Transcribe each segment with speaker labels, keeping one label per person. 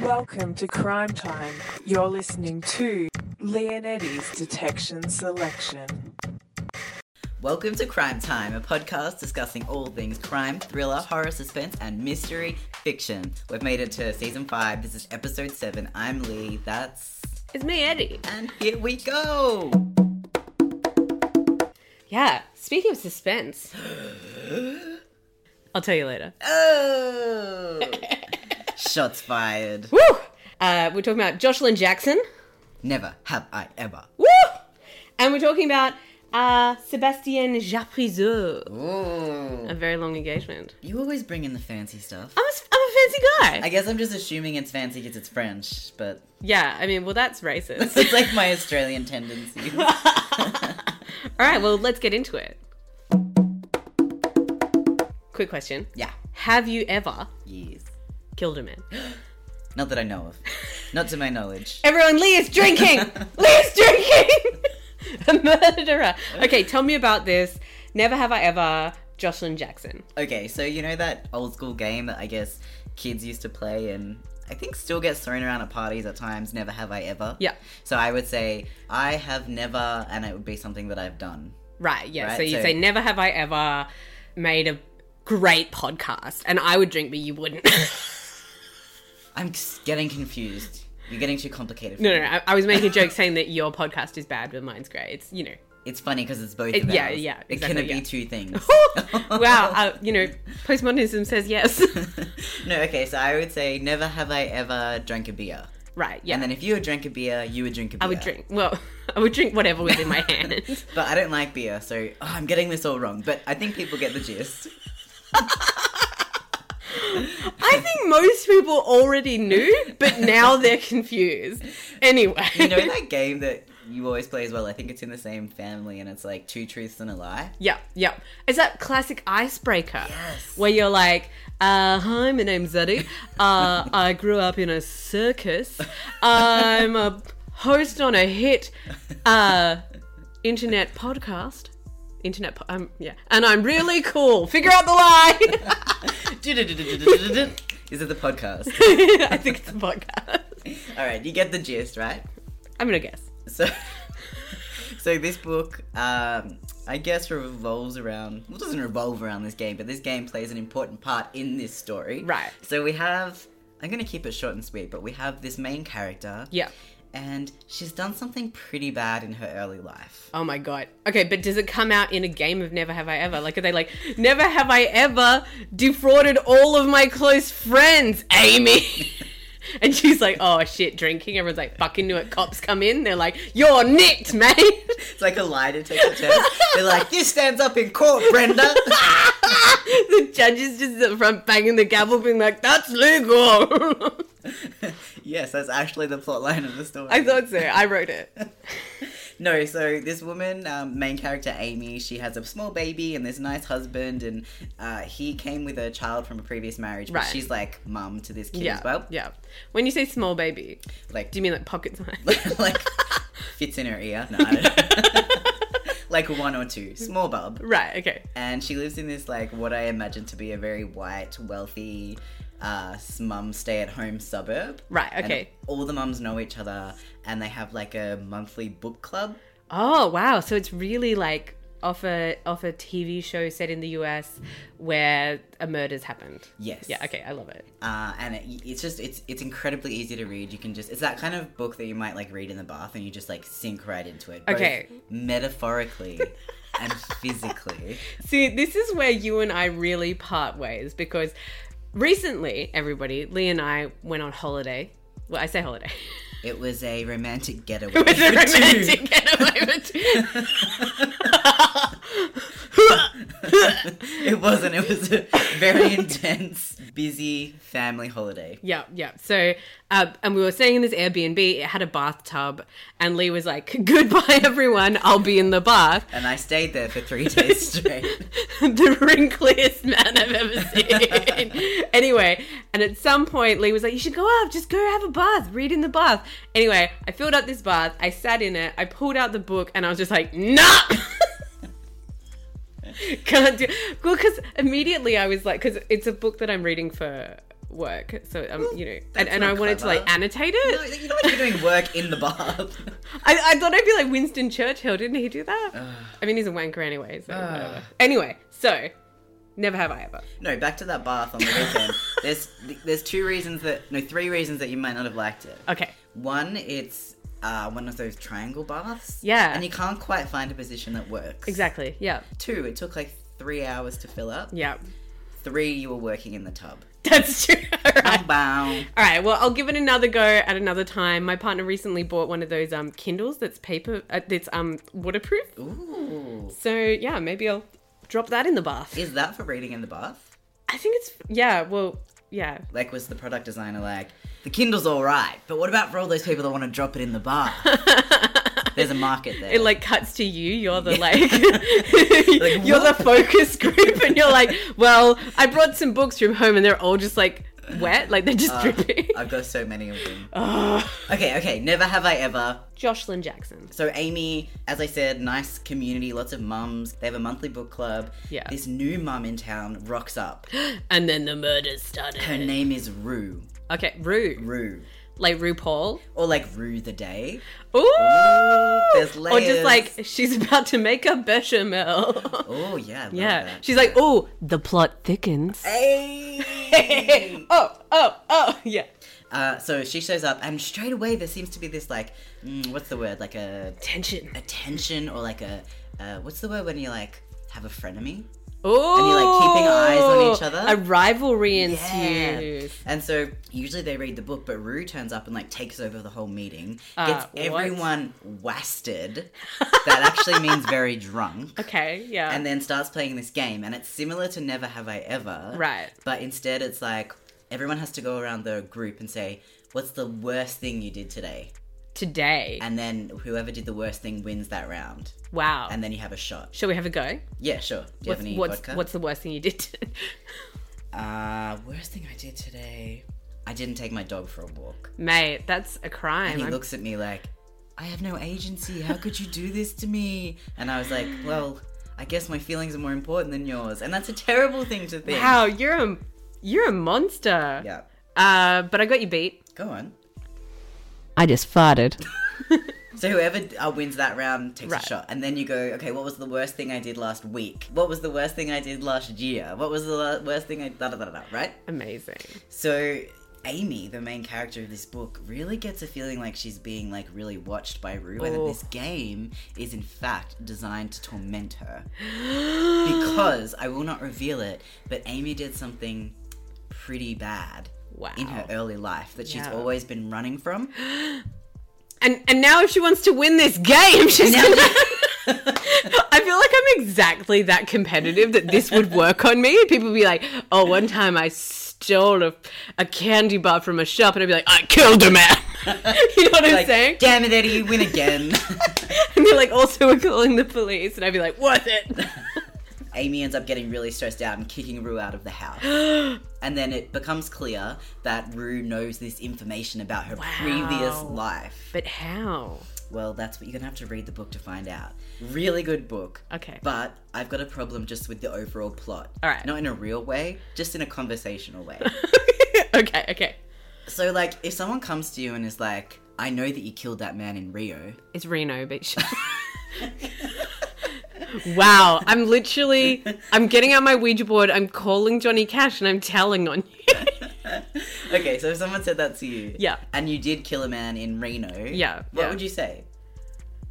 Speaker 1: Welcome to Crime Time. You're listening to Leonetti's Detection Selection.
Speaker 2: Welcome to Crime Time, a podcast discussing all things crime, thriller, horror, suspense, and mystery fiction. We've made it to season five. This is episode seven. I'm Lee. That's.
Speaker 3: It's me, Eddie.
Speaker 2: And here we go!
Speaker 3: Yeah. Speaking of suspense, I'll tell you later.
Speaker 2: Uh. Oh! Shots fired.
Speaker 3: Woo! Uh, we're talking about Jocelyn Jackson.
Speaker 2: Never have I ever.
Speaker 3: Woo! And we're talking about uh, Sebastien Japriseux.
Speaker 2: Ooh.
Speaker 3: A very long engagement.
Speaker 2: You always bring in the fancy stuff.
Speaker 3: I'm a, s- I'm a fancy guy.
Speaker 2: I guess I'm just assuming it's fancy because it's French, but
Speaker 3: yeah. I mean, well, that's racist.
Speaker 2: it's like my Australian tendencies.
Speaker 3: All right. Well, let's get into it. Quick question:
Speaker 2: yeah.
Speaker 3: Have you ever
Speaker 2: Yes.
Speaker 3: killed a man?
Speaker 2: Not that I know of. Not to my knowledge.
Speaker 3: Everyone, Lee is drinking. Lee is drinking. a murderer. Okay, tell me about this. Never have I ever. Jocelyn Jackson.
Speaker 2: Okay, so you know that old school game that I guess kids used to play and I think still gets thrown around at parties at times, never have I ever.
Speaker 3: Yeah.
Speaker 2: So I would say I have never and it would be something that I've done.
Speaker 3: Right. Yeah.
Speaker 2: Right,
Speaker 3: so you
Speaker 2: so-
Speaker 3: say never have I ever made a great podcast, and I would drink, but you wouldn't.
Speaker 2: I'm s- getting confused. You're getting too complicated. For
Speaker 3: no,
Speaker 2: me.
Speaker 3: no, no. I, I was making a joke saying that your podcast is bad, but mine's great. It's you know.
Speaker 2: It's funny because it's both.
Speaker 3: It-
Speaker 2: of
Speaker 3: yeah,
Speaker 2: ours.
Speaker 3: yeah,
Speaker 2: It
Speaker 3: exactly,
Speaker 2: can
Speaker 3: yeah.
Speaker 2: be two things.
Speaker 3: wow. Uh, you know, postmodernism says yes.
Speaker 2: no, okay. So I would say never have I ever drank a beer.
Speaker 3: right. Yeah.
Speaker 2: And then if you would drink a beer, you would drink a beer.
Speaker 3: I would drink. Well, I would drink whatever was in my hand.
Speaker 2: But I don't like beer, so oh, I'm getting this all wrong. But I think people get the gist.
Speaker 3: I think most people already knew, but now they're confused. Anyway,
Speaker 2: You know that game that you always play as well? I think it's in the same family, and it's like two truths and a lie.
Speaker 3: yep, yep. It's that classic icebreaker where you're like, uh, "Hi, my name's Eddie. Uh, I grew up in a circus. I'm a host on a hit uh, internet podcast." Internet, po- um, yeah, and I'm really cool. Figure out the lie.
Speaker 2: Is it the podcast?
Speaker 3: I think it's a podcast.
Speaker 2: All right, you get the gist, right?
Speaker 3: I'm gonna guess.
Speaker 2: So, so this book, um, I guess, revolves around. Well, it doesn't revolve around this game, but this game plays an important part in this story.
Speaker 3: Right.
Speaker 2: So we have. I'm going to keep it short and sweet, but we have this main character.
Speaker 3: Yeah.
Speaker 2: And she's done something pretty bad in her early life.
Speaker 3: Oh my god. Okay, but does it come out in a game of Never Have I Ever? Like, are they like, Never Have I Ever defrauded all of my close friends, Amy? and she's like, Oh shit, drinking. Everyone's like, Fucking knew it. Cops come in. They're like, You're nicked, mate.
Speaker 2: It's like a lie detector test. They're like, "This stands up in court, Brenda."
Speaker 3: the judge is just at the front banging the gavel, being like, That's legal.
Speaker 2: yes, that's actually the plot line of the story.
Speaker 3: I thought so. I wrote it.
Speaker 2: No, so this woman, um, main character Amy, she has a small baby and this nice husband, and uh, he came with a child from a previous marriage. But
Speaker 3: Right.
Speaker 2: she's like mum to this kid
Speaker 3: Yeah.
Speaker 2: as well.
Speaker 3: Yeah. When you say small baby,
Speaker 2: Like,
Speaker 3: do you mean like pocket size?
Speaker 2: like fits in her ear? No, I don't know. like one or two, small bub.
Speaker 3: right, okay.
Speaker 2: And she lives in this like what I imagine to be a very white, wealthy, uh, s- mum stay-at-home suburb.
Speaker 3: Right,
Speaker 2: And
Speaker 3: okay.
Speaker 2: all the mums know each other, and they have like a monthly book club.
Speaker 3: Oh wow! So it's really like off a off a TV show set in the US where a murder's happened.
Speaker 2: Yes.
Speaker 3: Yeah. Okay, I love it.
Speaker 2: uh, and it, it's just it's it's incredibly easy to read. You can just it's that kind of book that you might like read in the bath, and you just like sink right into it. both
Speaker 3: Okay.
Speaker 2: metaphorically and physically.
Speaker 3: See, this is where you and I really part ways because recently, everybody, Lee and I went on holiday. Well, I say holiday.
Speaker 2: It was a romantic getaway.
Speaker 3: It was a
Speaker 2: for two.
Speaker 3: romantic getaway for two.
Speaker 2: it wasn't. It was a very intense, busy family holiday.
Speaker 3: Yeah, yeah. So, uh, and we were staying in this Airbnb. It had a bathtub, and Lee was like, "Goodbye, everyone. I'll be in the bath."
Speaker 2: And I stayed there for three days straight.
Speaker 3: the wrinkliest man I've ever seen. anyway, and at some point, Lee was like, You should go up, just go have a bath, read in the bath. Anyway, I filled up this bath, I sat in it, I pulled out the book, and I was just like, Nah! Can't do Well, because immediately I was like, because it's a book that I'm reading for work. So um, you know, and,
Speaker 2: that's
Speaker 3: and
Speaker 2: not
Speaker 3: I wanted to like
Speaker 2: clever.
Speaker 3: annotate it.
Speaker 2: No, you know when you're doing work in the bath.
Speaker 3: I, I thought I'd be like Winston Churchill, didn't he do that? I mean, he's a wanker anyway, so whatever. Anyway, so never have I ever.
Speaker 2: No, back to that bath on the weekend. there's there's two reasons that no three reasons that you might not have liked it.
Speaker 3: Okay.
Speaker 2: One, it's uh, one of those triangle baths.
Speaker 3: Yeah.
Speaker 2: And you can't quite find a position that works.
Speaker 3: Exactly. Yeah.
Speaker 2: Two, it took like three hours to fill up.
Speaker 3: Yeah.
Speaker 2: Three, you were working in the tub.
Speaker 3: That's true. All right.
Speaker 2: Bow.
Speaker 3: All right. Well, I'll give it another go at another time. My partner recently bought one of those um Kindles that's paper uh, that's um waterproof.
Speaker 2: Ooh.
Speaker 3: So yeah, maybe I'll drop that in the bath.
Speaker 2: Is that for reading in the bath?
Speaker 3: I think it's yeah. Well, yeah.
Speaker 2: Like, was the product designer like, the Kindle's all right, but what about for all those people that want to drop it in the bath? There's a market there.
Speaker 3: It like cuts to you. You're the
Speaker 2: Yeah.
Speaker 3: like, you're the
Speaker 2: what?
Speaker 3: focus group, and you're like, well, I brought some books from home, and they're all just like wet, like they're just
Speaker 2: Uh,
Speaker 3: dripping.
Speaker 2: I've got so many of them.
Speaker 3: Oh. Ugh.
Speaker 2: Okay, okay. Never have I ever.
Speaker 3: Jocelyn Jackson.
Speaker 2: So Amy, as I said, nice community, lots of mums. They have a monthly book club.
Speaker 3: Yeah.
Speaker 2: This new mum in town rocks up.
Speaker 3: And then the murders started.
Speaker 2: Her name is Rue.
Speaker 3: Okay, Rue,
Speaker 2: Rue.
Speaker 3: like RuPaul.
Speaker 2: Or like Rue the Day.
Speaker 3: Ooh,
Speaker 2: There's
Speaker 3: or just
Speaker 2: layers.
Speaker 3: like she's about to make a bechamel.
Speaker 2: Oh yeah. I love
Speaker 3: yeah,
Speaker 2: that.
Speaker 3: she's like, oh, the plot thickens.
Speaker 2: Hey.
Speaker 3: Oh, oh, oh, yeah.
Speaker 2: uh, so she shows up, and straight away there seems to be this like, mm, what's the word? Like a
Speaker 3: Tension.
Speaker 2: a tension, or like a uh, what's the word when you like have a frenemy?
Speaker 3: Oh,
Speaker 2: you're, like, keeping eyes on each other?
Speaker 3: A rivalry
Speaker 2: Yeah.
Speaker 3: ensues.
Speaker 2: And so usually they read the book, but Rue turns up and like takes over the whole meeting,
Speaker 3: Uh,
Speaker 2: gets
Speaker 3: what?
Speaker 2: everyone wasted. that actually means very drunk.
Speaker 3: Okay, yeah.
Speaker 2: And then starts playing this game, and it's similar to Never Have I Ever.
Speaker 3: Right.
Speaker 2: But instead, it's like everyone has to go around the group and say, What's the worst thing you did today?
Speaker 3: Today,
Speaker 2: And then whoever did the worst thing wins that round.
Speaker 3: wow.
Speaker 2: And then you have a shot.
Speaker 3: Shall we have a go?
Speaker 2: Yeah, sure. Do you have any
Speaker 3: what's,
Speaker 2: vodka?
Speaker 3: what's the worst thing you did? to-
Speaker 2: Uh, worst thing I did today? I didn't take my dog for a walk.
Speaker 3: Mate, that's a crime.
Speaker 2: And he
Speaker 3: I'm-
Speaker 2: looks at me like, I have no agency. How could you do this to me? And I was like, well, I guess my feelings are more important than yours. And that's a terrible thing to think.
Speaker 3: wow, you're a you're a monster.
Speaker 2: Yeah.
Speaker 3: Uh, but I got you beat.
Speaker 2: Go on.
Speaker 3: I just farted.
Speaker 2: So whoever uh, wins that round takes
Speaker 3: Right.
Speaker 2: a shot. And then you go, okay, what was the worst thing I did last week? What was the worst thing I did last year? What was the la- worst thing I... Da, da, da, da, da, right?
Speaker 3: Amazing.
Speaker 2: So... Amy, the main character of this book, really gets a feeling like she's being like really watched by Rue, and that
Speaker 3: Oh.
Speaker 2: this game is in fact designed to torment her. because I will not reveal it, but Amy did something pretty bad
Speaker 3: Wow.
Speaker 2: in her early life that she's
Speaker 3: Yeah.
Speaker 2: always been running from.
Speaker 3: And and now if she wants to win this game, she's
Speaker 2: Now-
Speaker 3: gonna. I feel like I'm exactly that competitive that this would work on me. People be like, "Oh, one time I stole a, a candy bar from a shop," and I'd be like, "I killed a man." you know what I'm
Speaker 2: Like,
Speaker 3: saying?
Speaker 2: damn it, Eddie, you win again.
Speaker 3: And they're like, "Also, we're calling the police," and I'd be like, "Worth it."
Speaker 2: Amy ends up getting really stressed out and kicking Rue out of the house. and then it becomes clear that Rue knows this information about her previous
Speaker 3: Wow.
Speaker 2: life.
Speaker 3: But how?
Speaker 2: Well, that's what you're gonna have to read the book to find out. Really good book.
Speaker 3: Okay.
Speaker 2: But I've got a problem just with the overall plot.
Speaker 3: All right.
Speaker 2: Not in a real way, just in a conversational way.
Speaker 3: okay, okay.
Speaker 2: So, like, if someone comes to you and is like, I know that you killed that man in Rio,
Speaker 3: It's Reno Beach. wow, I'm literally I'm getting out my Ouija board, I'm calling Johnny Cash and I'm telling on you.
Speaker 2: okay, so if someone said that to you,
Speaker 3: Yeah.
Speaker 2: and you did kill a man in Reno,
Speaker 3: Yeah,
Speaker 2: what
Speaker 3: yeah.
Speaker 2: would you say?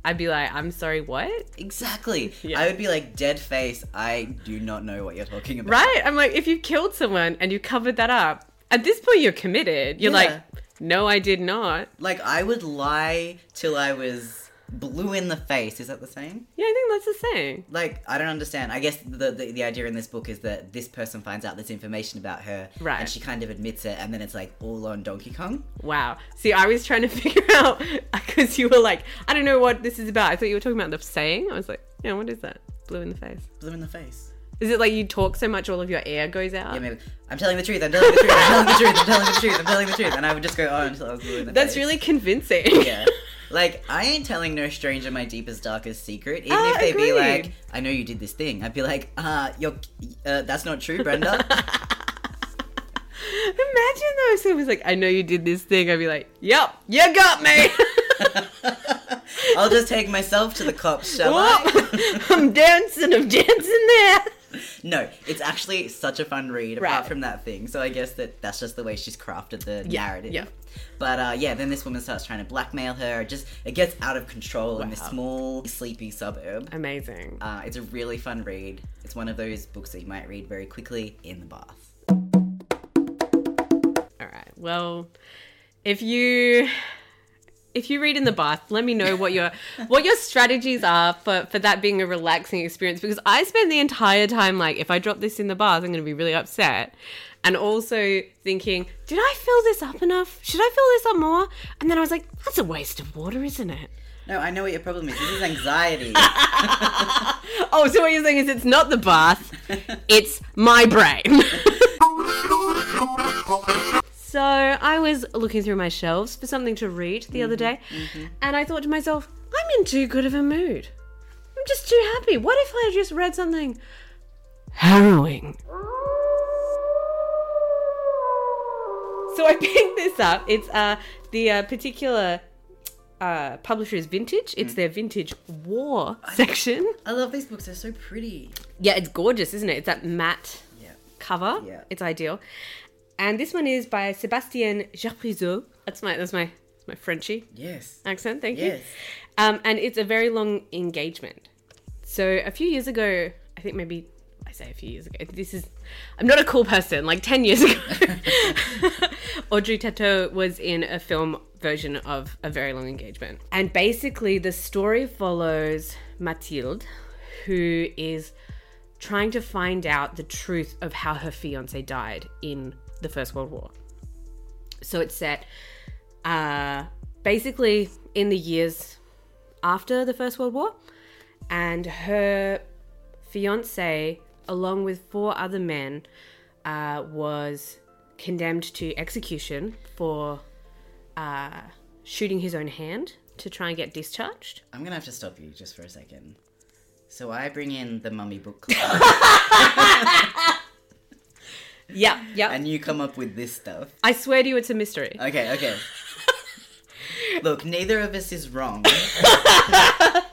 Speaker 3: I'd be like, I'm sorry, what?
Speaker 2: Exactly.
Speaker 3: Yeah.
Speaker 2: I would be like, dead face, I do not know what you're talking about.
Speaker 3: Right? I'm like, if you've killed someone and you covered that up, at this point you're committed. You're
Speaker 2: Yeah.
Speaker 3: like, no, I did not.
Speaker 2: Like, I would lie till I was blue in the face. Is that the same?
Speaker 3: Yeah, I think that's the saying.
Speaker 2: Like, I don't understand. I guess the, the the idea in this book is that this person finds out this information about her,
Speaker 3: Right.
Speaker 2: And she kind of admits it, and then it's like all on Donkey Kong.
Speaker 3: Wow. See, I was trying to figure out because you were like, I don't know what this is about. I thought you were talking about the saying. I was like, yeah, what is that? Blue in the face.
Speaker 2: Blue in the face.
Speaker 3: Is it like you talk so much all of your air goes out?
Speaker 2: Yeah, maybe. I'm telling the truth. I'm telling the truth. I'm telling the truth. I'm telling the truth. I'm telling the truth. And I would just go on until I was blue in the
Speaker 3: That's
Speaker 2: face.
Speaker 3: really convincing.
Speaker 2: yeah. Like I ain't telling no stranger my deepest darkest secret. Even
Speaker 3: Ah,
Speaker 2: if they be
Speaker 3: agreed.
Speaker 2: like, "I know you did this thing," I'd be like, "Uh, you're, uh that's not true, Brenda."
Speaker 3: Imagine though, if someone was like, I know you did this thing. I'd be like, Yep, you got me.
Speaker 2: I'll just take myself to the cops, shall I?
Speaker 3: Whoop. I'm dancing, I'm dancing there.
Speaker 2: no, it's actually such a fun read apart
Speaker 3: Right.
Speaker 2: from that thing. So I guess that that's just the way she's crafted the
Speaker 3: Yeah,
Speaker 2: narrative.
Speaker 3: yeah.
Speaker 2: But uh, yeah, then this woman starts trying to blackmail her. It just it gets out of control in this small, sleepy suburb.
Speaker 3: Amazing.
Speaker 2: Uh, it's a really fun read. It's one of those books that you might read very quickly in the bath.
Speaker 3: All right. Well, if you if you read in the bath, let me know what your what your strategies are for for that being a relaxing experience because I spend the entire time like if I drop this in the bath, I'm going to be really upset. And also thinking, did I fill this up enough? Should I fill this up more? And then I was like, that's a waste of water, isn't it?
Speaker 2: No, I know what your problem is. This is anxiety.
Speaker 3: Oh, so what you're saying is it's not the bath, it's my brain. so I was looking through my shelves for something to read the other day, and I thought to myself, I'm in too good of a mood. I'm just too happy. What if I just read something harrowing? So I picked this up. It's uh, the uh, particular uh, publisher is Vintage. It's their Vintage War section.
Speaker 2: I love these books. They're so pretty.
Speaker 3: Yeah, it's gorgeous, isn't it? It's that matte
Speaker 2: Yeah.
Speaker 3: cover.
Speaker 2: Yeah.
Speaker 3: It's ideal. And this one is by Sébastien Japrizeau. That's my that's my that's my Frenchy
Speaker 2: Yes.
Speaker 3: accent, thank
Speaker 2: Yes.
Speaker 3: you. Um, and it's a very long engagement. So a few years ago, I think maybe I say a few years ago. This is I'm not a cool person. Like ten years ago, Audrey Tateau was in a film version of a very long engagement, and basically the story follows Mathilde, who is trying to find out the truth of how her fiance died in the First World War. So it's set uh, basically in the years after the First World War, and her fiance, along with four other men, uh, was condemned to execution for uh, shooting his own hand to try and get discharged.
Speaker 2: I'm gonna have to stop you just for a second. So I bring in the mummy book club.
Speaker 3: Yeah, yeah.
Speaker 2: and you come up with this stuff.
Speaker 3: I swear to you, it's a mystery.
Speaker 2: Okay, okay. Look, neither of us is wrong.
Speaker 3: Ah,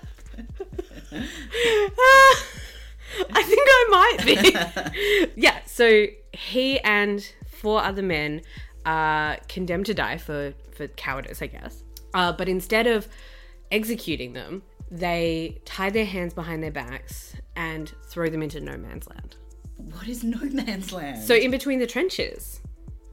Speaker 3: I think I might be. yeah, so he and four other men are condemned to die for, for cowardice, I guess. Uh, but instead of executing them, they tie their hands behind their backs and throw them into no man's land.
Speaker 2: What is no man's land?
Speaker 3: So in between the trenches.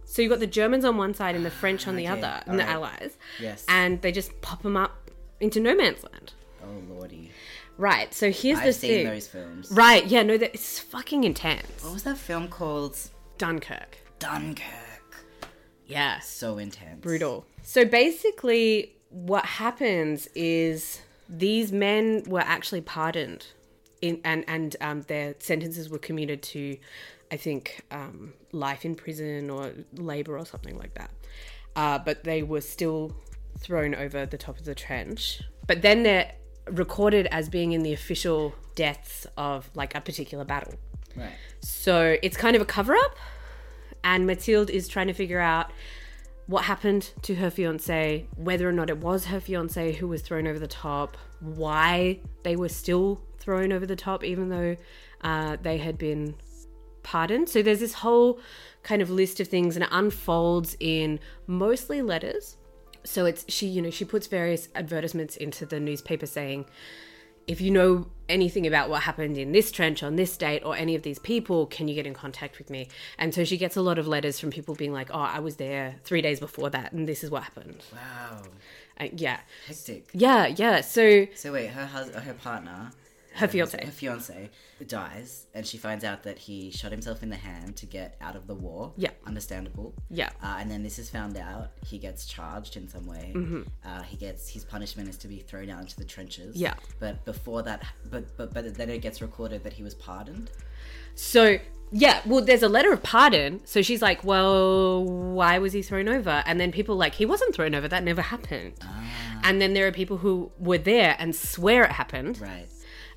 Speaker 3: So you've got the Germans on one side and the French on the
Speaker 2: Okay,
Speaker 3: other, and the
Speaker 2: alright.
Speaker 3: Allies.
Speaker 2: yes.
Speaker 3: And they just pop them up into no man's land.
Speaker 2: oh lordy,
Speaker 3: Right, so here's the
Speaker 2: I've seen
Speaker 3: thing.
Speaker 2: those films.
Speaker 3: Right, yeah, no, that it's fucking intense.
Speaker 2: What was that film called?
Speaker 3: Dunkirk.
Speaker 2: Dunkirk.
Speaker 3: Yes.
Speaker 2: So intense.
Speaker 3: Brutal. So basically, what happens is these men were actually pardoned, in, and and um, their sentences were commuted to, I think, um, life in prison or labor or something like that. Uh, but they were still thrown over the top of the trench. But then they're recorded as being in the official deaths of like a particular battle.
Speaker 2: Right.
Speaker 3: So it's kind of a cover up, and Mathilde is trying to figure out what happened to her fiance, whether or not it was her fiance who was thrown over the top, why they were still thrown over the top, even though uh, they had been pardoned. So there's this whole kind of list of things, and it unfolds in mostly letters. So it's she, you know, she puts various advertisements into the newspaper saying, if you know anything about what happened in this trench on this date or any of these people, can you get in contact with me? And so she gets a lot of letters from people being like, oh, I was there three days before that and this is what happened.
Speaker 2: Wow.
Speaker 3: Uh, yeah.
Speaker 2: Hectic.
Speaker 3: Yeah, yeah. So
Speaker 2: So wait, her hus- her partner,
Speaker 3: her fiance.
Speaker 2: her fiance, dies, and she finds out that he shot himself in the hand to get out of the war.
Speaker 3: Yeah.
Speaker 2: Understandable.
Speaker 3: Yeah.
Speaker 2: Uh, and then this is found out. He gets charged in some way.
Speaker 3: Mm-hmm.
Speaker 2: Uh, he gets his punishment is to be thrown out into the trenches.
Speaker 3: Yeah.
Speaker 2: But before that, but but but then it gets recorded that he was pardoned.
Speaker 3: So yeah, well, there's a letter of pardon. So she's like, well, why was he thrown over? And then people are like, he wasn't thrown over. That never happened. And then there are people who were there and swear it happened.
Speaker 2: Right.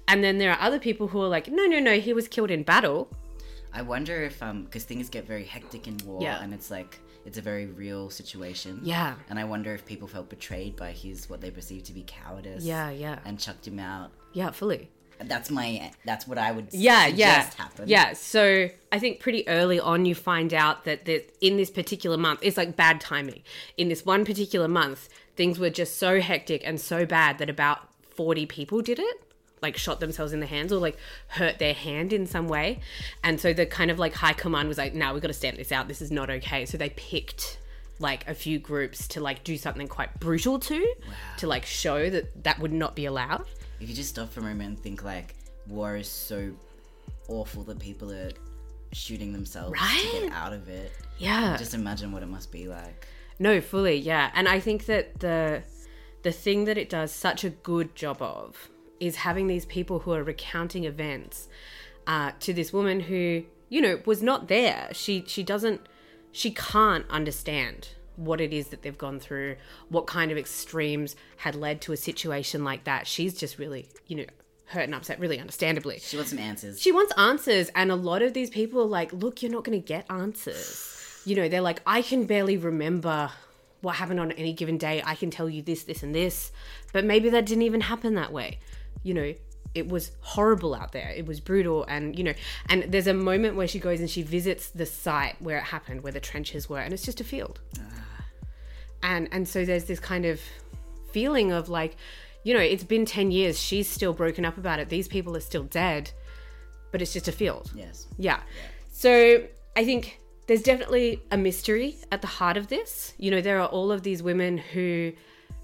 Speaker 3: And then there are other people who are like, no, no, no, he was killed in battle.
Speaker 2: I wonder if um because things get very hectic in war,
Speaker 3: Yeah.
Speaker 2: and it's like it's a very real situation.
Speaker 3: Yeah.
Speaker 2: And I wonder if people felt betrayed by his what they perceived to be cowardice.
Speaker 3: Yeah, yeah.
Speaker 2: And chucked him out.
Speaker 3: Yeah, fully.
Speaker 2: That's my. That's what I would.
Speaker 3: yeah
Speaker 2: suggest
Speaker 3: yeah
Speaker 2: Happened.
Speaker 3: yeah so i think pretty early on you find out that the, in this particular month it's like bad timing in this one particular month things were just so hectic and so bad that about 40 people did it like shot themselves in the hands or like hurt their hand in some way and so the kind of like high command was like now nah, we got to stamp this out this is not okay so they picked like a few groups to like do something quite brutal to to like show that that would not be allowed
Speaker 2: If you just stop for a moment and think like war is so awful that people are shooting themselves to
Speaker 3: Right?
Speaker 2: get out of it.
Speaker 3: yeah
Speaker 2: Just imagine what it must be like.
Speaker 3: No, fully, yeah. And I think that the the thing that it does such a good job of is having these people who are recounting events uh, to this woman who, you know, was not there. She she doesn't she can't understand what it is that they've gone through, what kind of extremes had led to a situation like that. She's just really, you know, hurt and upset, really understandably.
Speaker 2: She wants some answers.
Speaker 3: She wants answers, and a lot of these people are like, "Look, you're not going to get answers." You know, they're like, "I can barely remember what happened on any given day. I can tell you this, this, and this, but maybe that didn't even happen that way." You know, it was horrible out there. It was brutal, and you know, and there's a moment where she goes and she visits the site where it happened, where the trenches were, and it's just a field. And and so there's this kind of feeling of like, you know, it's been 10 years. She's still broken up about it. These people are still dead, but it's just a field.
Speaker 2: yes.
Speaker 3: Yeah. So I think there's definitely a mystery at the heart of this. You know, there are all of these women who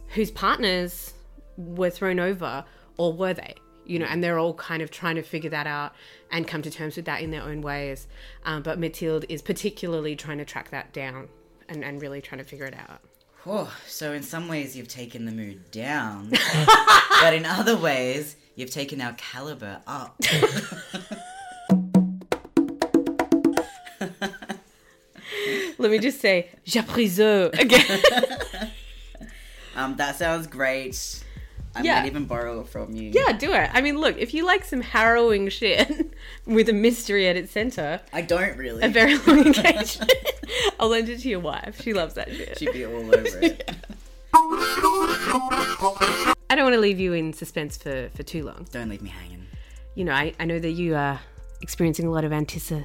Speaker 3: whose partners were thrown over or were they? You know, and they're all kind of trying to figure that out and come to terms with that in their own ways. Um, but Mathilde is particularly trying to track that down and, and really trying to figure it out.
Speaker 2: Whew, so in some ways you've taken the mood down, but in other ways you've taken our caliber up.
Speaker 3: Let me just say, j'appriseux again.
Speaker 2: Um, that sounds great. I
Speaker 3: Yeah.
Speaker 2: might even borrow it from you.
Speaker 3: yeah, do it. I mean, look, if you like some harrowing shit with a mystery at its center,
Speaker 2: I don't really.
Speaker 3: a very long engagement, I'll lend it to your wife. She loves that shit.
Speaker 2: She'd be all over it.
Speaker 3: I don't want to leave you in suspense for, for too long.
Speaker 2: Don't leave me hanging.
Speaker 3: You know, I, I know that you are experiencing a lot of anticipation.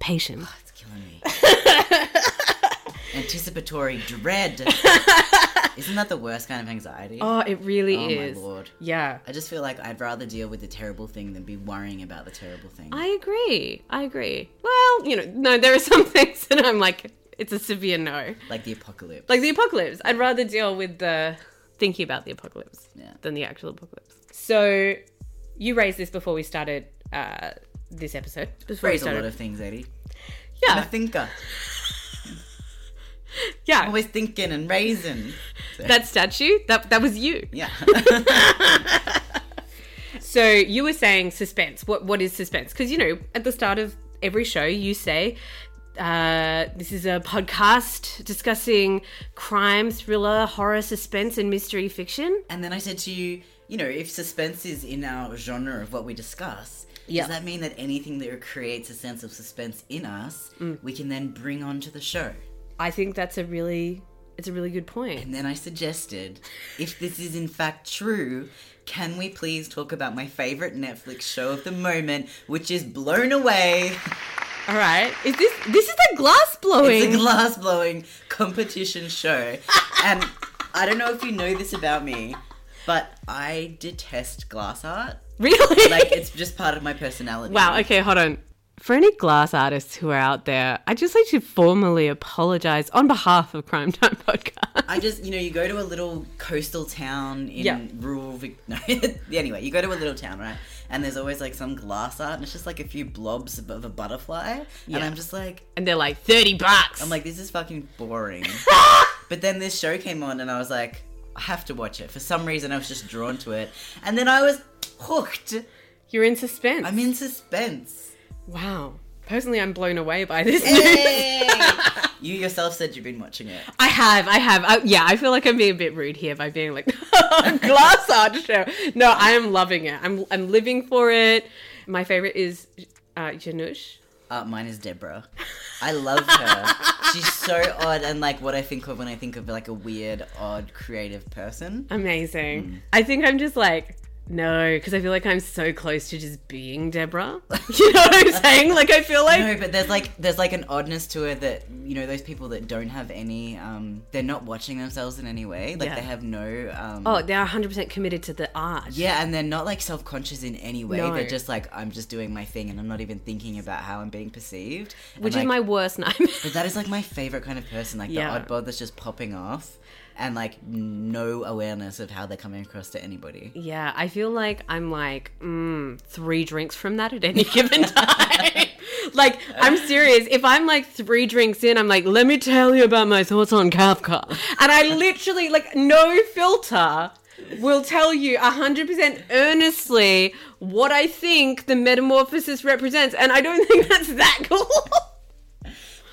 Speaker 3: Patient.
Speaker 2: It's killing me. Anticipatory dread. Isn't that the worst kind of anxiety?
Speaker 3: Oh, it really
Speaker 2: Oh
Speaker 3: is.
Speaker 2: my lord.
Speaker 3: Yeah.
Speaker 2: I just feel like I'd rather deal with the terrible thing than be worrying about the terrible thing.
Speaker 3: I agree. I agree. Well, you know, no, there are some things that I'm like, it's a severe no.
Speaker 2: like the apocalypse.
Speaker 3: Like the apocalypse. I'd rather deal with the thinking about the apocalypse
Speaker 2: Yeah.
Speaker 3: than the actual apocalypse. So you raised this before we started uh, this episode. Before
Speaker 2: Phrase a lot of things, Eddie. I'm a
Speaker 3: yeah,
Speaker 2: thinker.
Speaker 3: yeah.
Speaker 2: Always thinking and raising.
Speaker 3: That statue, that that was you.
Speaker 2: Yeah.
Speaker 3: So you were saying suspense. What what is suspense? Because you know, at the start of every show, you say. Uh, this is a podcast discussing crime, thriller, horror, suspense, and mystery fiction.
Speaker 2: and then I said to you, you know, if suspense is in our genre of what we discuss,
Speaker 3: Yeah.
Speaker 2: does that mean that anything that creates a sense of suspense in us,
Speaker 3: Mm.
Speaker 2: we can then bring onto the show?
Speaker 3: I think that's a really it's a really good point.
Speaker 2: And then I suggested, if this is in fact true, can we please talk about my favorite Netflix show of the moment, which is Blown Away?
Speaker 3: All right, is this this is the glass blowing?
Speaker 2: It's a glass blowing competition show. and I don't know if you know this about me, but I detest glass art.
Speaker 3: really?
Speaker 2: Like, it's just part of my personality.
Speaker 3: wow. Okay, hold on. For any glass artists who are out there, I just like to formally apologize on behalf of Crime Time Podcast.
Speaker 2: I just, you know, you go to a little coastal town in
Speaker 3: Yeah.
Speaker 2: rural. Vic- No, anyway, you go to a little town, right? And there's always like some glass art, and it's just like a few blobs of of a butterfly. And I'm just like,
Speaker 3: And they're like thirty bucks.
Speaker 2: I'm like, this is fucking boring. but then this show came on, and I was like, I have to watch it. For some reason, I was just drawn to it, and then I was hooked.
Speaker 3: you're in suspense.
Speaker 2: I'm in suspense.
Speaker 3: wow. Personally, I'm blown away by this.
Speaker 2: Yay! You yourself said you've been watching it.
Speaker 3: I have, I have. I, yeah, I feel like I'm being a bit rude here by being like glass art show. No, I am loving it. I'm I'm living for it. My favorite is uh, Janush.
Speaker 2: Uh, mine is Deborah. I love her. She's so odd and like what I think of when I think of like a weird, odd, creative person.
Speaker 3: Amazing.
Speaker 2: Mm.
Speaker 3: I think I'm just like, no, because I feel like I'm so close to just being Deborah. You know what I'm saying? Like, I feel like.
Speaker 2: No, but there's like there's like an oddness to it that you know those people that don't have any um they're not watching themselves in any way like
Speaker 3: Yeah.
Speaker 2: they have no um
Speaker 3: Oh, they are 100% committed to the art.
Speaker 2: yeah and they're not like self conscious in any way
Speaker 3: No.
Speaker 2: they're just like I'm just doing my thing and I'm not even thinking about how I'm being perceived And,
Speaker 3: Which
Speaker 2: like,
Speaker 3: is my worst nightmare.
Speaker 2: But that is like my favorite kind of person, like
Speaker 3: Yeah.
Speaker 2: the oddball that's just popping off and like no awareness of how they're coming across to anybody.
Speaker 3: Yeah, I feel like I'm like mm, three drinks from that at any given time. like, I'm serious. If I'm like three drinks in, I'm like, let me tell you about my thoughts on Kafka. And I literally, like, no filter will tell you 100% earnestly what I think the metamorphosis represents. And I don't think that's that cool.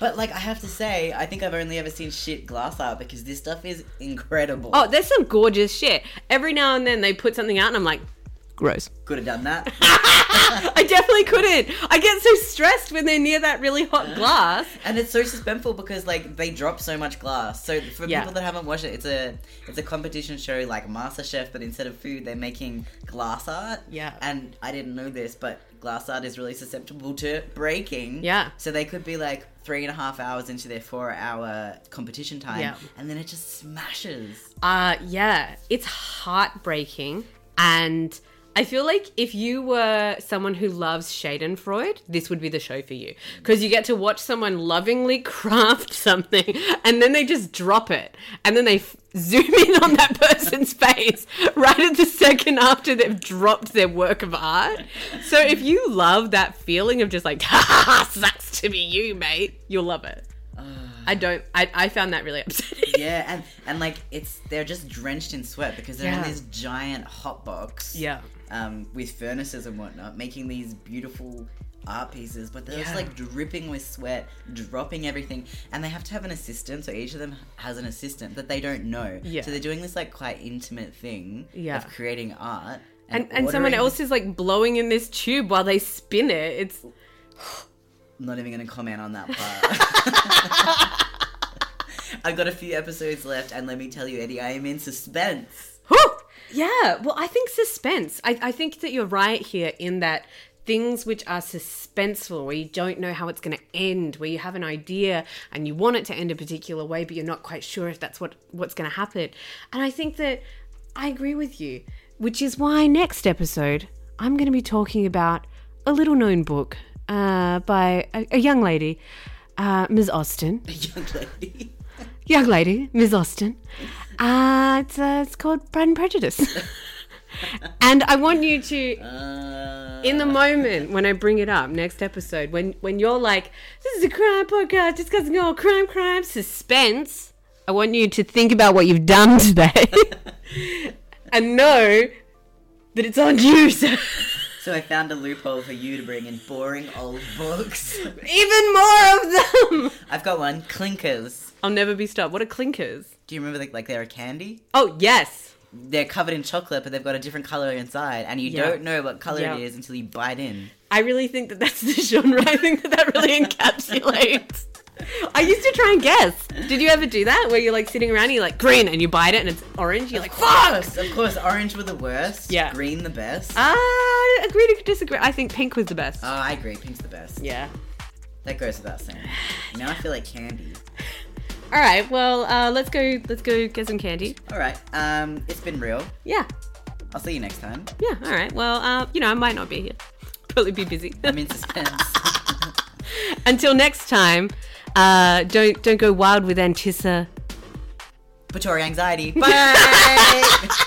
Speaker 2: But like I have to say, I think I've only ever seen shit glass art because this stuff is incredible.
Speaker 3: oh, there's some gorgeous shit. Every now and then they put something out, and I'm like, gross.
Speaker 2: could have done that.
Speaker 3: I definitely couldn't. I get so stressed when they're near that really hot glass.
Speaker 2: and it's so suspenseful because like they drop so much glass. So for
Speaker 3: Yeah.
Speaker 2: people that haven't watched it, it's a it's a competition show like MasterChef, but instead of food, they're making glass art.
Speaker 3: Yeah.
Speaker 2: And I didn't know this, but glass art is really susceptible to breaking.
Speaker 3: Yeah.
Speaker 2: So they could be like three and a half hours into their four hour competition time,
Speaker 3: Yeah.
Speaker 2: and then it just smashes.
Speaker 3: Uh yeah, it's heartbreaking and I feel like if you were someone who loves Schadenfreude, this would be the show for you because you get to watch someone lovingly craft something and then they just drop it and then they f- zoom in on that person's face right at the second after they've dropped their work of art. So if you love that feeling of just like ha ha ha sucks to be you, mate, you'll love it. I don't I, I found that really upsetting.
Speaker 2: Yeah, and and like it's they're just drenched in sweat because they're in
Speaker 3: Yeah.
Speaker 2: this giant hot box.
Speaker 3: Yeah.
Speaker 2: um, with furnaces and whatnot, making these beautiful art pieces, but they're just
Speaker 3: Yeah.
Speaker 2: like dripping with sweat, dropping everything, and they have to have an assistant. So each of them has an assistant that they don't know.
Speaker 3: Yeah.
Speaker 2: So they're doing this like quite intimate thing
Speaker 3: Yeah.
Speaker 2: of creating art.
Speaker 3: and, and someone
Speaker 2: ordering-
Speaker 3: else is like blowing in this tube while they spin it. It's
Speaker 2: I'm not even going to comment on that part. I've got a few episodes left, and let me tell you, Eddie, I am in suspense.
Speaker 3: Whew! yeah. Well, I think suspense. I, I think that you're right here in that things which are suspenseful, where you don't know how it's going to end, where you have an idea and you want it to end a particular way, but you're not quite sure if that's what what's going to happen. And I think that I agree with you, which is why next episode I'm going to be talking about a little known book uh, by a, a young lady, uh, Ms. Austin.
Speaker 2: Young lady.
Speaker 3: young lady, Ms. Austin. Uh, it's, uh, it's called Pride and Prejudice. and I want you to,
Speaker 2: Uh,
Speaker 3: in the moment when I bring it up next episode, when, when you're like, this is a crime podcast discussing all crime, crime, suspense, I want you to think about what you've done today and know that it's on you. So.
Speaker 2: so I found a loophole for you to bring in boring old books.
Speaker 3: Even more of them.
Speaker 2: I've got one. Clinkers.
Speaker 3: I'll never be stopped. What are clinkers?
Speaker 2: Do you remember like, like they're a candy?
Speaker 3: Oh, yes.
Speaker 2: They're covered in chocolate, but they've got a different color inside, and you
Speaker 3: Yeah.
Speaker 2: don't know what color
Speaker 3: Yeah.
Speaker 2: it is until you bite in.
Speaker 3: I really think that that's the genre. I think that that really encapsulates. I used to try and guess. Did you ever do that where you're like sitting around and you're like green and you bite it and it's orange? You're like, fuck!
Speaker 2: Of course, orange were the worst.
Speaker 3: Yeah.
Speaker 2: Green the best.
Speaker 3: Ah, I agree to disagree. I think pink was the best.
Speaker 2: oh, I agree. Pink's the best.
Speaker 3: yeah.
Speaker 2: That goes without saying. Now I feel like candy.
Speaker 3: All right. Well, uh, let's go. Let's go get some candy.
Speaker 2: All right. Um, it's been real.
Speaker 3: Yeah.
Speaker 2: I'll see you next time.
Speaker 3: Yeah. All right. Well, uh, you know, I might not be here. Probably be busy.
Speaker 2: I'm in suspense.
Speaker 3: Until next time, uh, don't don't go wild with Antissa.
Speaker 2: Put your anxiety. Bye.